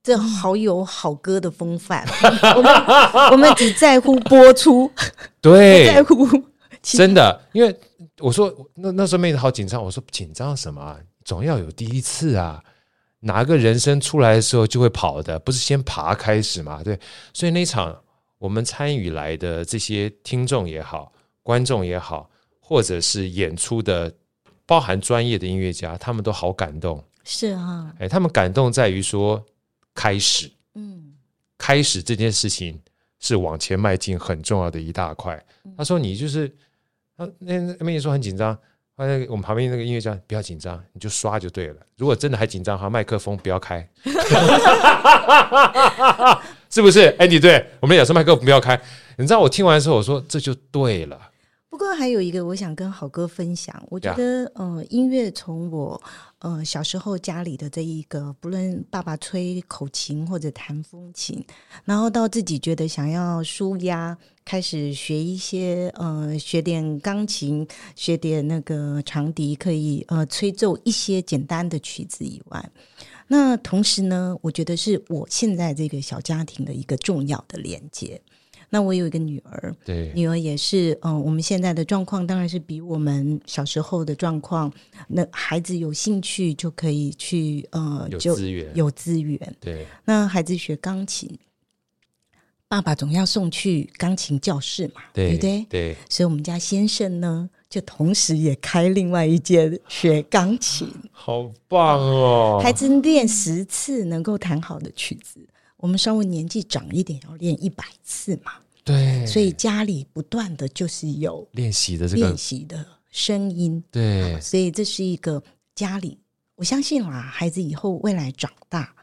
S2: 这好有好歌的
S1: [laughs]
S2: 风范。我们我们只在乎播出，不
S1: 对，
S2: [laughs] 在乎其
S1: 真的，因为我说那那时候妹子好紧张，我说紧张什么啊？总要有第一次啊！哪个人生出来的时候就会跑的，不是先爬开始嘛？对，所以那一场我们参与来的这些听众也好，观众也好，或者是演出的，包含专业的音乐家，他们都好感动。
S2: 是啊，
S1: 哎，他们感动在于说，开始，
S2: 嗯
S1: 开始这件事情是往前迈进很重要的一大块。
S2: 嗯
S1: 他说：“你就是，他那那边也说很紧张。”他那个我们旁边那个音乐家不要紧张，你就刷就对了。如果真的还紧张的话，麦克风不要
S2: [laughs]
S1: 开，是不是？Andy，对我们讲说麦克风不要开。你知道我听完之后，我说这就对了。
S2: 不过还有一个，我想跟好哥分享。我觉
S1: 呀
S2: 得，呃，音乐从我呃小时候家里的这一个，不论爸爸吹口琴或者弹风琴，然后到自己觉得想要舒压，开始学一些呃，学点钢琴，学点那个长笛，可以呃吹奏一些简单的曲子以外，那同时呢，我觉得是我现在这个小家庭的一个重要的连接。那我有一个女儿，
S1: 对，
S2: 女儿也是，嗯、我们现在的状况当然是比我们小时候的状况，那孩子有兴趣就可以去，呃，
S1: 有
S2: 就
S1: 资源，
S2: 有资源。
S1: 对
S2: 那孩子学钢琴，爸爸总要送去钢琴教室嘛，
S1: 对
S2: 对不对？
S1: 对，
S2: 所以我们家先生呢，就同时也开另外一间学钢琴，
S1: 好棒哦！
S2: 孩子练十次能够弹好的曲子。我们稍微年纪长一点，要练一百次嘛，
S1: 对，
S2: 所以家里不断的就是有
S1: 练习的这个
S2: 练习的声音，
S1: 对
S2: 所以这是一个家里，我相信啦，孩子以后未来长大，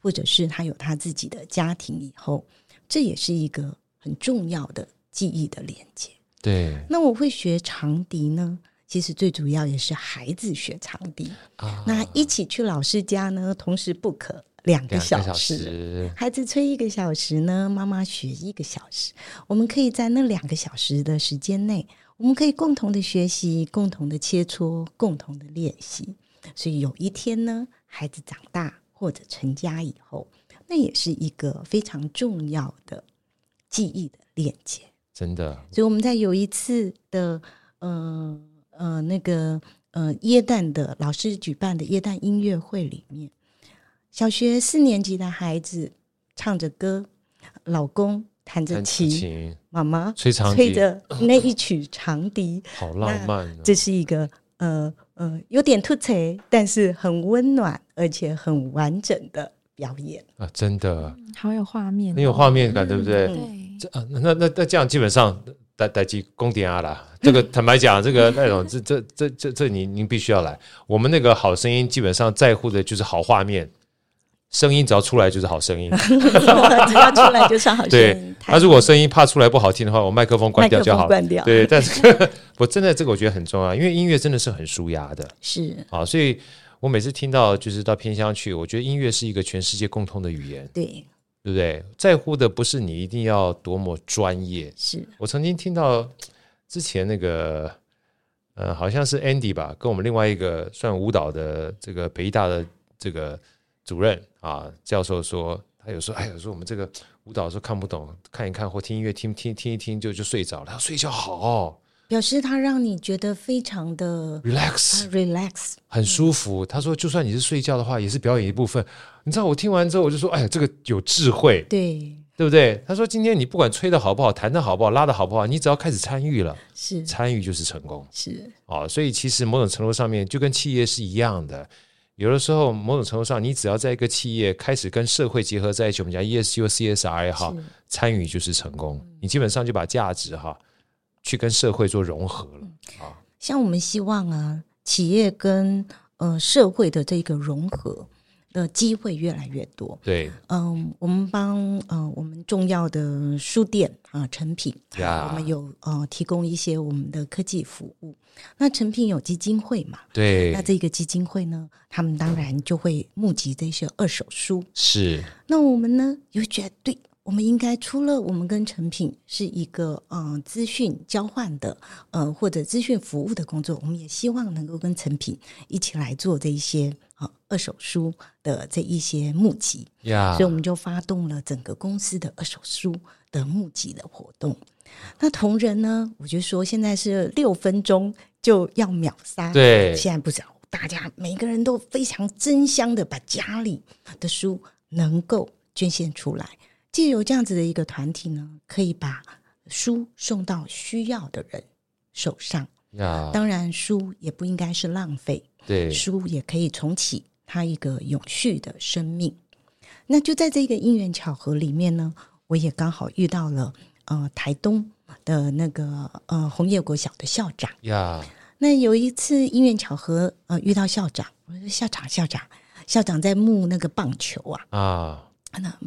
S2: 或者是他有他自己的家庭以后，这也是一个很重要的记忆的连接。
S1: 对
S2: 那我会学长笛呢，其实最主要也是孩子学长笛，
S1: 啊，
S2: 那一起去老师家呢，同时 book 两个
S1: 两
S2: 小
S1: 个
S2: 时。
S1: 小时，
S2: 孩子吹一个小时呢，妈妈学一个小时，我们可以在那两个小时的时间内，我们可以共同的学习、共同的切磋、共同的练习。所以有一天呢，孩子长大或者成家以后，那也是一个非常重要的记忆的链接。
S1: 真的
S2: 所以我们在有一次的呃呃那个呃耶诞的老师举办的耶诞音乐会里面，小学四年级的孩子唱着歌，老公弹着
S1: 弹
S2: 琴，
S1: 琴
S2: 妈妈
S1: 吹长
S2: 吹
S1: 笛，
S2: 着那一曲长笛，
S1: 好浪漫哦，
S2: 这是一个呃呃有点突兀，但是很温暖而且很完整的表
S1: [laughs]
S2: 演。
S1: 啊，真的
S2: 嗯
S3: 好有画面哦，
S1: 很有画面感，对不对？
S3: 对，
S1: 这啊，那那那那这样基本上代代记公点啊啦，这
S2: [laughs]
S1: 个坦白讲，这个赖总，这这这这这您您必须要来。我们那个好声音基本上在乎的就是好画面，声音只要出来就是好
S2: [laughs]
S1: 声音。
S2: 只要出来就是好声
S1: 对
S2: 音。，
S1: 那、如果声音怕出来不好听的话，我麦克风关
S2: 麦
S1: 掉
S2: 克
S1: 就
S2: 风
S1: 好了。
S2: 关掉，
S1: 对，但是 [laughs] 我真的这个我觉得很重要，因为音乐真的是很舒压的。
S2: 是
S1: 啊，所以我每次听到就是到偏乡去，我觉得音乐是一个全世界共通的语言，
S2: 对
S1: 对不对？在乎的不是你一定要多么专业。
S2: 是
S1: 我曾经听到之前那个，呃，好像是 Andy 吧，跟我们另外一个算舞蹈的这个北艺大的这个主任啊教授说，他有时候哎，有时候我们这个舞蹈说看不懂，看一看或听音乐听听听一听就就睡着了，他说睡觉好、
S2: 表示它让你觉得非常的
S1: relax，
S2: 啊 relax，
S1: 很舒服。他说，就算你是睡觉的话，也是表演一部分。你知道我听完之后，我就说，哎呀，这个有智慧，
S2: 对，
S1: 对不对？他说，今天你不管吹的好不好，弹的好不好，拉的好不好，你只要开始参与了，
S2: 是
S1: 参与就是成功
S2: 是，
S1: 啊、哦所以其实某种程度上面，就跟企业是一样的。有的时候，某种程度上，你只要在一个企业开始跟社会结合在一起，我们讲 ESG 或 CSR 也好
S2: 是，
S1: 参与就是成功。你基本上就把价值哈去跟社会做融合了啊。
S2: 像我们希望啊，企业跟呃社会的这个融合的机会越来越多。
S1: 对，
S2: 嗯，我们帮呃我们重要的书店啊、成品
S1: 呀
S2: 我们有呃提供一些我们的科技服务。那成品有基金会嘛？
S1: 对
S2: 那，这个基金会呢，他们当然就会募集这些二手书。
S1: 是，
S2: 那我们呢，又觉得对，我们应该除了我们跟成品是一个呃资讯交换的呃或者资讯服务的工作，我们也希望能够跟成品一起来做这一些呃二手书的这一些募集，
S1: 呀
S2: 所以我们就发动了整个公司的二手书的募集的活动。那同仁呢，我就说现在是六分钟就要秒杀，
S1: 对
S2: 现在不少，大家每个人都非常争相的把家里的书能够捐献出来，借由这样子的一个团体呢，可以把书送到需要的人手上，
S1: 呀，
S2: 当然，书也不应该是浪费，
S1: 对，
S2: 书也可以重启它一个永续的生命。那就在这个因缘巧合里面呢，我也刚好遇到了呃台东的那个呃红叶国小的校长。
S1: 呀，
S2: 那有一次因缘巧合，呃，遇到校长，我说校长，校长，校长在募那个棒球啊。
S1: 啊，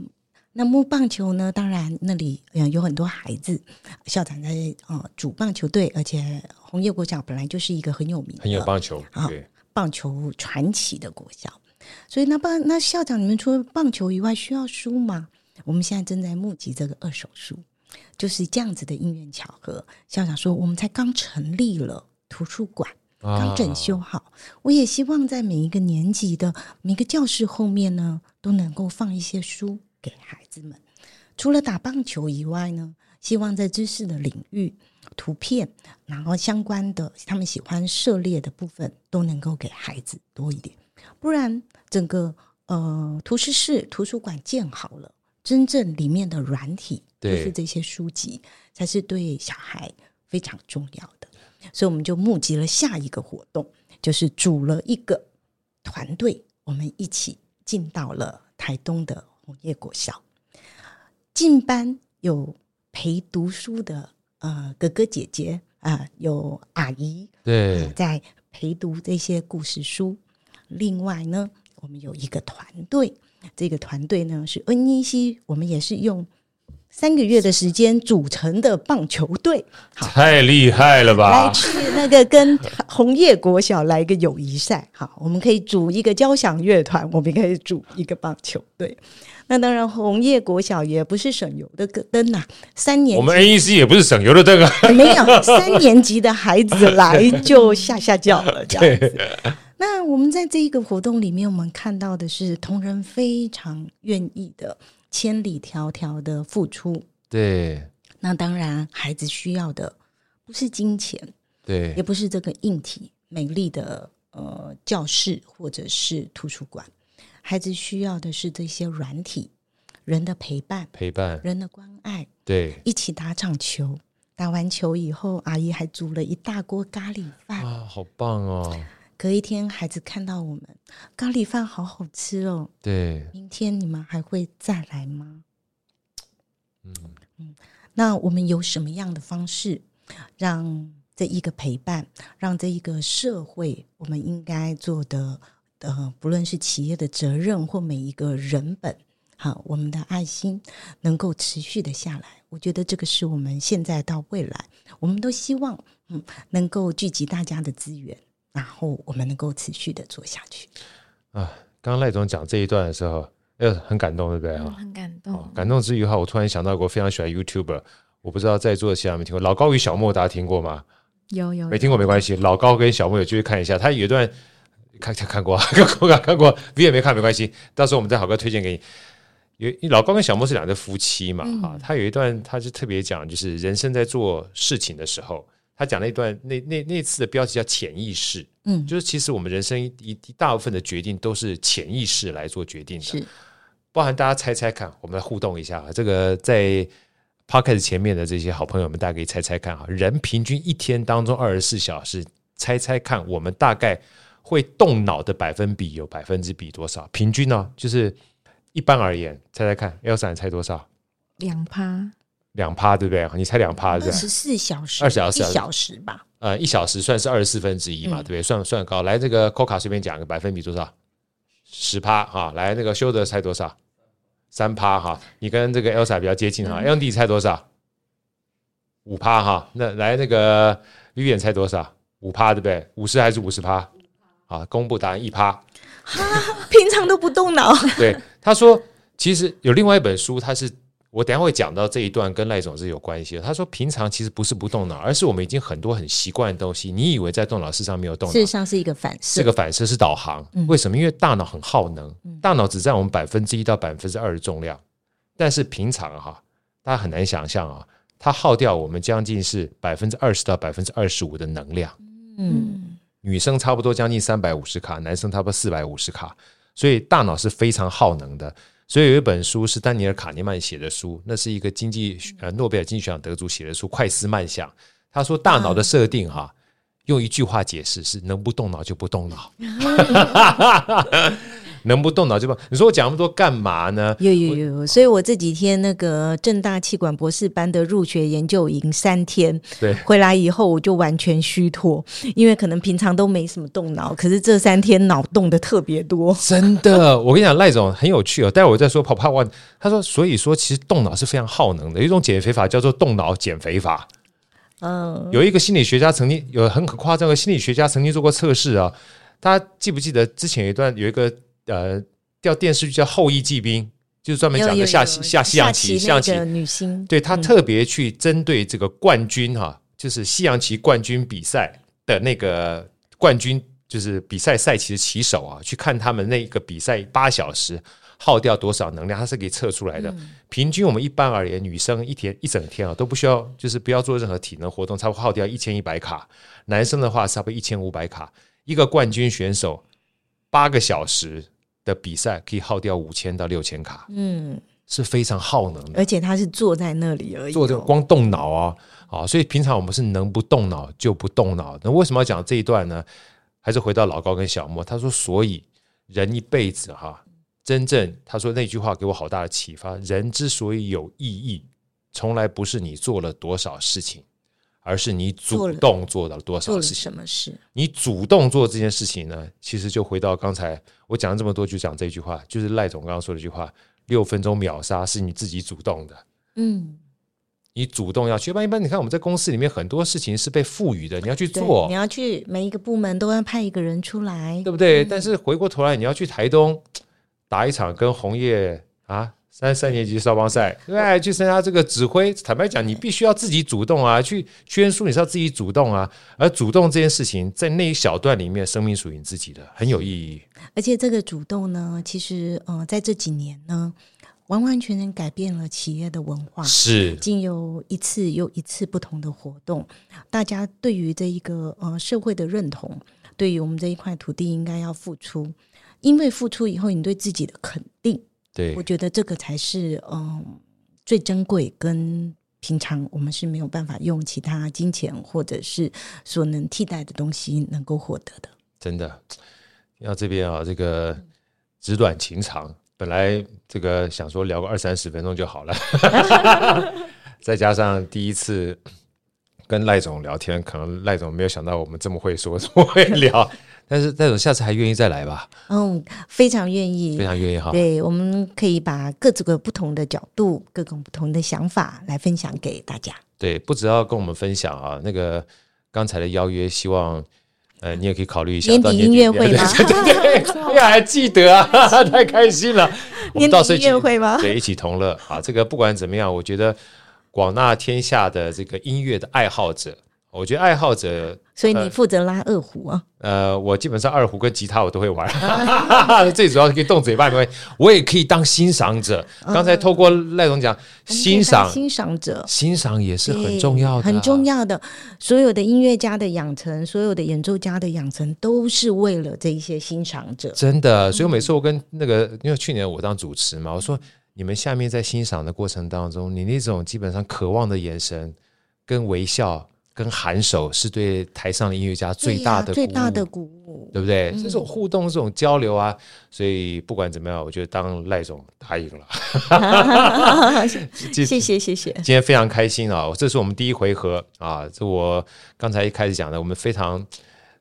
S2: 那募棒球呢，当然那里嗯有很多孩子，校长在呃主棒球队，而且红叶国小本来就是一个很有名的
S1: 很有棒球，
S2: 啊
S1: 对，
S2: 棒球传奇的国校，所以那棒那校长，你们除了棒球以外需要书吗？我们现在正在募集这个二手书，就是这样子的因缘巧合。校长说，我们才刚成立了图书馆，
S1: 啊
S2: 刚整修好，我也希望在每一个年级的每个教室后面呢，都能够放一些书给孩子们。除了打棒球以外呢，希望在知识的领域、图片，然后相关的他们喜欢涉猎的部分，都能够给孩子多一点。不然，整个呃图书室、图书馆建好了，真正里面的软体就
S1: 对
S2: 是这些书籍，才是对小孩非常重要的。所以我们就募集了下一个活动，就是组了一个团队，我们一起进到了台东的红叶国校。进班有陪读书的呃哥哥姐姐啊、有阿姨
S1: 对，
S2: 在陪读这些故事书。另外呢，我们有一个团队，这个团队呢是恩依西，我们也是用三个月的时间组成的棒球队，
S1: 太厉害了
S2: 来
S1: 吧？
S2: 去那个跟红叶国小来一个友谊赛，好，我们可以组一个交响乐团，我们也可以组一个棒球队。那当然，红叶国小也不是省油的灯呐、三年
S1: 我们 NEC 也不是省油的灯啊，
S2: 没
S1: [laughs]
S2: 有三年级的孩子来就吓吓叫了，这样子。那我们在这一个活动里面，我们看到的是同仁非常愿意的千里迢迢的付出。
S1: 对
S2: 那当然，孩子需要的不是金钱，也
S1: 对
S2: 不是这个硬体美丽的呃教室或者是图书馆，孩子需要的是这些软体、人的陪伴、
S1: 陪伴，
S2: 人的关爱，
S1: 对
S2: 一起打场球。打完球以后，阿姨还煮了一大锅咖喱饭。
S1: 啊，好棒哦，
S2: 隔一天，孩子看到我们咖喱饭好好吃哦，
S1: 对，
S2: 明天你们还会再来吗？嗯那我们有什么样的方式让这一个陪伴，让这一个社会，我们应该做的，呃，不论是企业的责任或每一个人本，好，我们的爱心能够持续的下来。我觉得这个是我们现在到未来，我们都希望，嗯，能够聚集大家的资源，然后我们能够持续的做下去。
S1: 啊，刚刚赖总讲这一段的时候，呃，很感动，对不对
S3: 嗯
S1: 啊？
S3: 很感
S1: 哦
S3: 动，
S1: 感动之余哈，我突然想到一个我非常喜欢 YouTuber，我不知道在座的其他人有没有听过老高与小莫，大家听过吗？
S3: 有有
S1: 没听过没关系，老高跟小莫有机会看一下，他有一段看看看过 [laughs] 啊，看过看过，V 也没看没关系，到时候我们再好哥推荐给你。有老高跟小莫是两对夫妻嘛，啊，他有一段他就特别讲，就是人生在做事情的时候，他讲了一段那那那次的标题叫潜意识，
S2: 嗯，
S1: 就是其实我们人生一一一大部分的决定都是潜意识来做决定的，
S2: 是
S1: 包含大家猜猜看，我们来互动一下啊。这个在 p o c k e t 前面的这些好朋友们，大家可以猜猜看哈，人平均一天当中二十四小时，猜猜看，我们大概会动脑的百分比有百分之比多少？平均呢、哦就是一般而言，猜猜看，Elsa 你猜多少？
S3: 两趴，
S1: 两趴对不对？你猜两趴对不对？
S2: 二十四小时，
S1: 24小时
S2: 一小时吧，
S1: 呃，一小时算是二十四分之一嘛，对不对？算算高。来，这个 Coca 随便讲个百分比多少？十趴哈。来，那个修德猜多少？三趴哈。你跟这个 Elsa 比较接近哈。Andy 猜多少？五趴哈。那来那个 Vivian 猜多少？五趴对不对？五十还是五十趴？啊，公布答案一趴。
S2: 平常都不动脑。
S1: 对，他说，其实有另外一本书，它是我等一下会讲到这一段跟赖总是有关系的。他说，平常其实不是不动脑，而是我们已经很多很习惯的东西，你以为在动脑，事实上没有动脑
S2: 事。实上是嗯一个反
S1: 这
S2: 射。
S1: 个反射是导航，为什么？因为大脑很耗能，
S2: 嗯
S1: 大脑只占我们百分之一到百分之二的重量，但是平常哈、大家很难想象啊，它耗掉我们将近是百分之二十到百分之二十五的能量。
S2: 嗯，
S3: 嗯，
S1: 女生差不多将近三百五十卡，男生差不多四百五十卡，所以大脑是非常耗能的。所以有一本书是丹尼尔·卡尼曼写的书，那是一个经济学呃诺贝尔经济学奖得主写的书《快思慢想》。他说大脑的设定哈、用一句话解释是能不动脑就不动脑，能不动脑就不。你说我讲那么多干嘛呢？
S2: 有有有，所以我这几天那个正大气管博士班的入学研究营三天，
S1: 对
S2: 回来以后我就完全虚脱，因为可能平常都没什么动脑，可是这三天脑动的特别多。
S1: 真的，我跟你讲，赖总很有趣哦。待会儿我再说跑跑万，他说，所以说其实动脑是非常耗能的，有一种减肥法叫做动脑减肥法。
S2: 嗯，
S1: 有一个心理学家曾经有很很夸张的心理学家曾经做过测试啊，大家记不记得之前有一段有一个呃叫电视剧叫《后羿骑兵》，就是专门
S2: 有
S1: 讲
S2: 有
S1: 的下
S2: 有
S1: 西下西洋棋
S2: 下
S1: 象棋
S2: 棋那个女星，嗯
S1: 对他特别去针对这个冠军哈、就是西洋棋冠军比赛的那个冠军，就是比赛赛棋的棋手啊，去看他们那个比赛八小时耗掉多少能量，它是可以测出来的。平均我们一般而言，女生一天一整天啊都不需要，就是不要做任何体能活动，差不多耗掉一千一百卡；男生的话，差不多一千五百卡。一个冠军选手八个小时的比赛可以耗掉五千到六千卡，
S2: 嗯，
S1: 是非常耗能的。
S2: 而且她是坐在那里而已、哦，
S1: 做这个光动脑啊，啊，所以平常我们是能不动脑就不动脑。那为什么要讲这一段呢？还是回到老高跟小莫，他说，所以人一辈子哈、真正他说那句话给我好大的启发。人之所以有意义，从来不是你做了多少事情，而是你
S2: 做
S1: 主
S2: 了
S1: 动做了多
S2: 做
S1: 少
S2: 了
S1: 事情。
S2: 什么事？
S1: 你主动做这件事情呢，其实就回到刚才我讲了这么多，就讲这句话，就是赖总刚刚说的一句话：六分钟秒杀是你自己主动的。
S2: 嗯，
S1: 你主动要去，要不然一般你看我们在公司里面很多事情是被赋予的，你要去
S2: 对，
S1: 做
S2: 你，要去每一个部门都要派一个人出来
S1: 对，不对？但是回过头来，你要去台东打一场跟红叶啊三三年级少棒赛，对不对，去参加这个指挥。坦白讲，你必须要自己主动啊，去宣书你是要自己主动啊，而主动这件事情在那一小段里面，生命属于你自己的，很有意义。
S2: 而且这个主动呢，其实呃，在这几年呢，完完全全改变了企业的文化。
S1: 是
S2: 经由一次又一次不同的活动，大家对于这一个呃社会的认同，对于我们这一块土地应该要付出，因为付出以后，你对自己的肯定，
S1: 对
S2: 我觉得这个才是嗯、最珍贵跟。平常我们是没有办法用其他金钱或者是所能替代的东西能够获得的。
S1: 真的，听到这边啊，这个纸短情长，本来这个想说聊个二三十分钟就好了，再加上第一次跟赖总聊天，可能赖总没有想到我们这么会说，这么会聊，但是赖总下次还愿意再来吧，
S2: 嗯，非常愿意，
S1: 非常愿意哈。
S2: 对，我们可以把各种个不同的角度、各种不同的想法来分享给大家。
S1: 对，不只要跟我们分享啊，那个刚才的邀约，希望呃你也可以考虑一下。
S2: 年
S1: 到
S2: 底音乐会吗？
S1: 对对对对，哎呀还记得啊，太开心了。我们
S2: 年
S1: 到时候
S2: 底音
S1: 一起
S2: 乐会吗？
S1: 对，一起同乐啊！这个不管怎么样，我觉得广纳天下的这个音乐的爱好者，我觉得爱好者，
S2: 所以你负责拉二胡啊？
S1: 呃，我基本上二胡跟吉他我都会玩，
S2: [laughs]
S1: 最主要是可以动嘴巴没关系，我也可以当欣赏者。刚
S2: 嗯
S1: 才透过赖总讲，呃欣
S2: 我
S1: 赏
S2: 们可以当欣赏者
S1: 欣赏也是很重要的啊、
S2: 对很重要的。所有的音乐家的养成，所有的演奏家的养成，都是为了这一些欣赏者。
S1: 真
S2: 嗯
S1: 的，所以我每次我跟那个，因为去年我当主持嘛，我说你们下面在欣赏的过程当中，你那种基本上渴望的眼神、跟微笑、跟颔首，是对台上的音乐家最大的
S2: 哎对呀最
S1: 鼓舞
S2: 大的鼓舞。嗯
S1: 对不对？这种互动、这种交流啊，所以不管怎么样，我觉得当赖总答应了，谢 [laughs]
S2: [laughs] 谢谢谢谢，
S1: 今天非常开心啊！这是我们第一回合啊，这我刚才一开始讲的，我们非常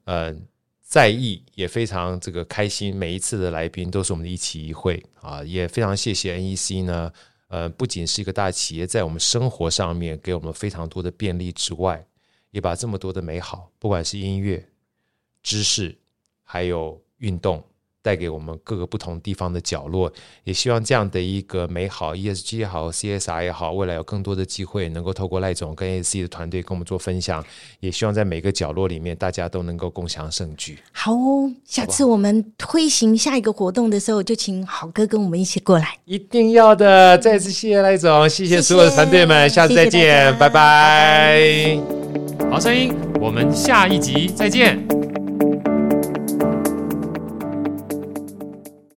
S1: 呃在意，也非常这个开心。每一次的来宾都是我们的一期一会啊，也非常谢谢 NEC 呢。呃，不仅是一个大企业，在我们生活上面给我们非常多的便利之外，也把这么多的美好，不管是音乐、知识，还有运动，带给我们各个不同地方的角落。也希望这样的一个美好 ESG 也好，CSR 也好，未来有更多的机会能够透过赖总跟 AC 的团队跟我们做分享。也希望在每个角落里面，大家都能够共享盛举。
S2: 好哦，下次我们推行下一个活动的时候，就请好哥跟我们一起过来。
S1: 一定要的！再次谢谢赖总，谢谢所有的团队们，
S2: 谢谢
S1: 下次再
S2: 谢谢大
S1: 见，
S2: 家
S1: 拜拜
S4: 好声音，我们下一集再见。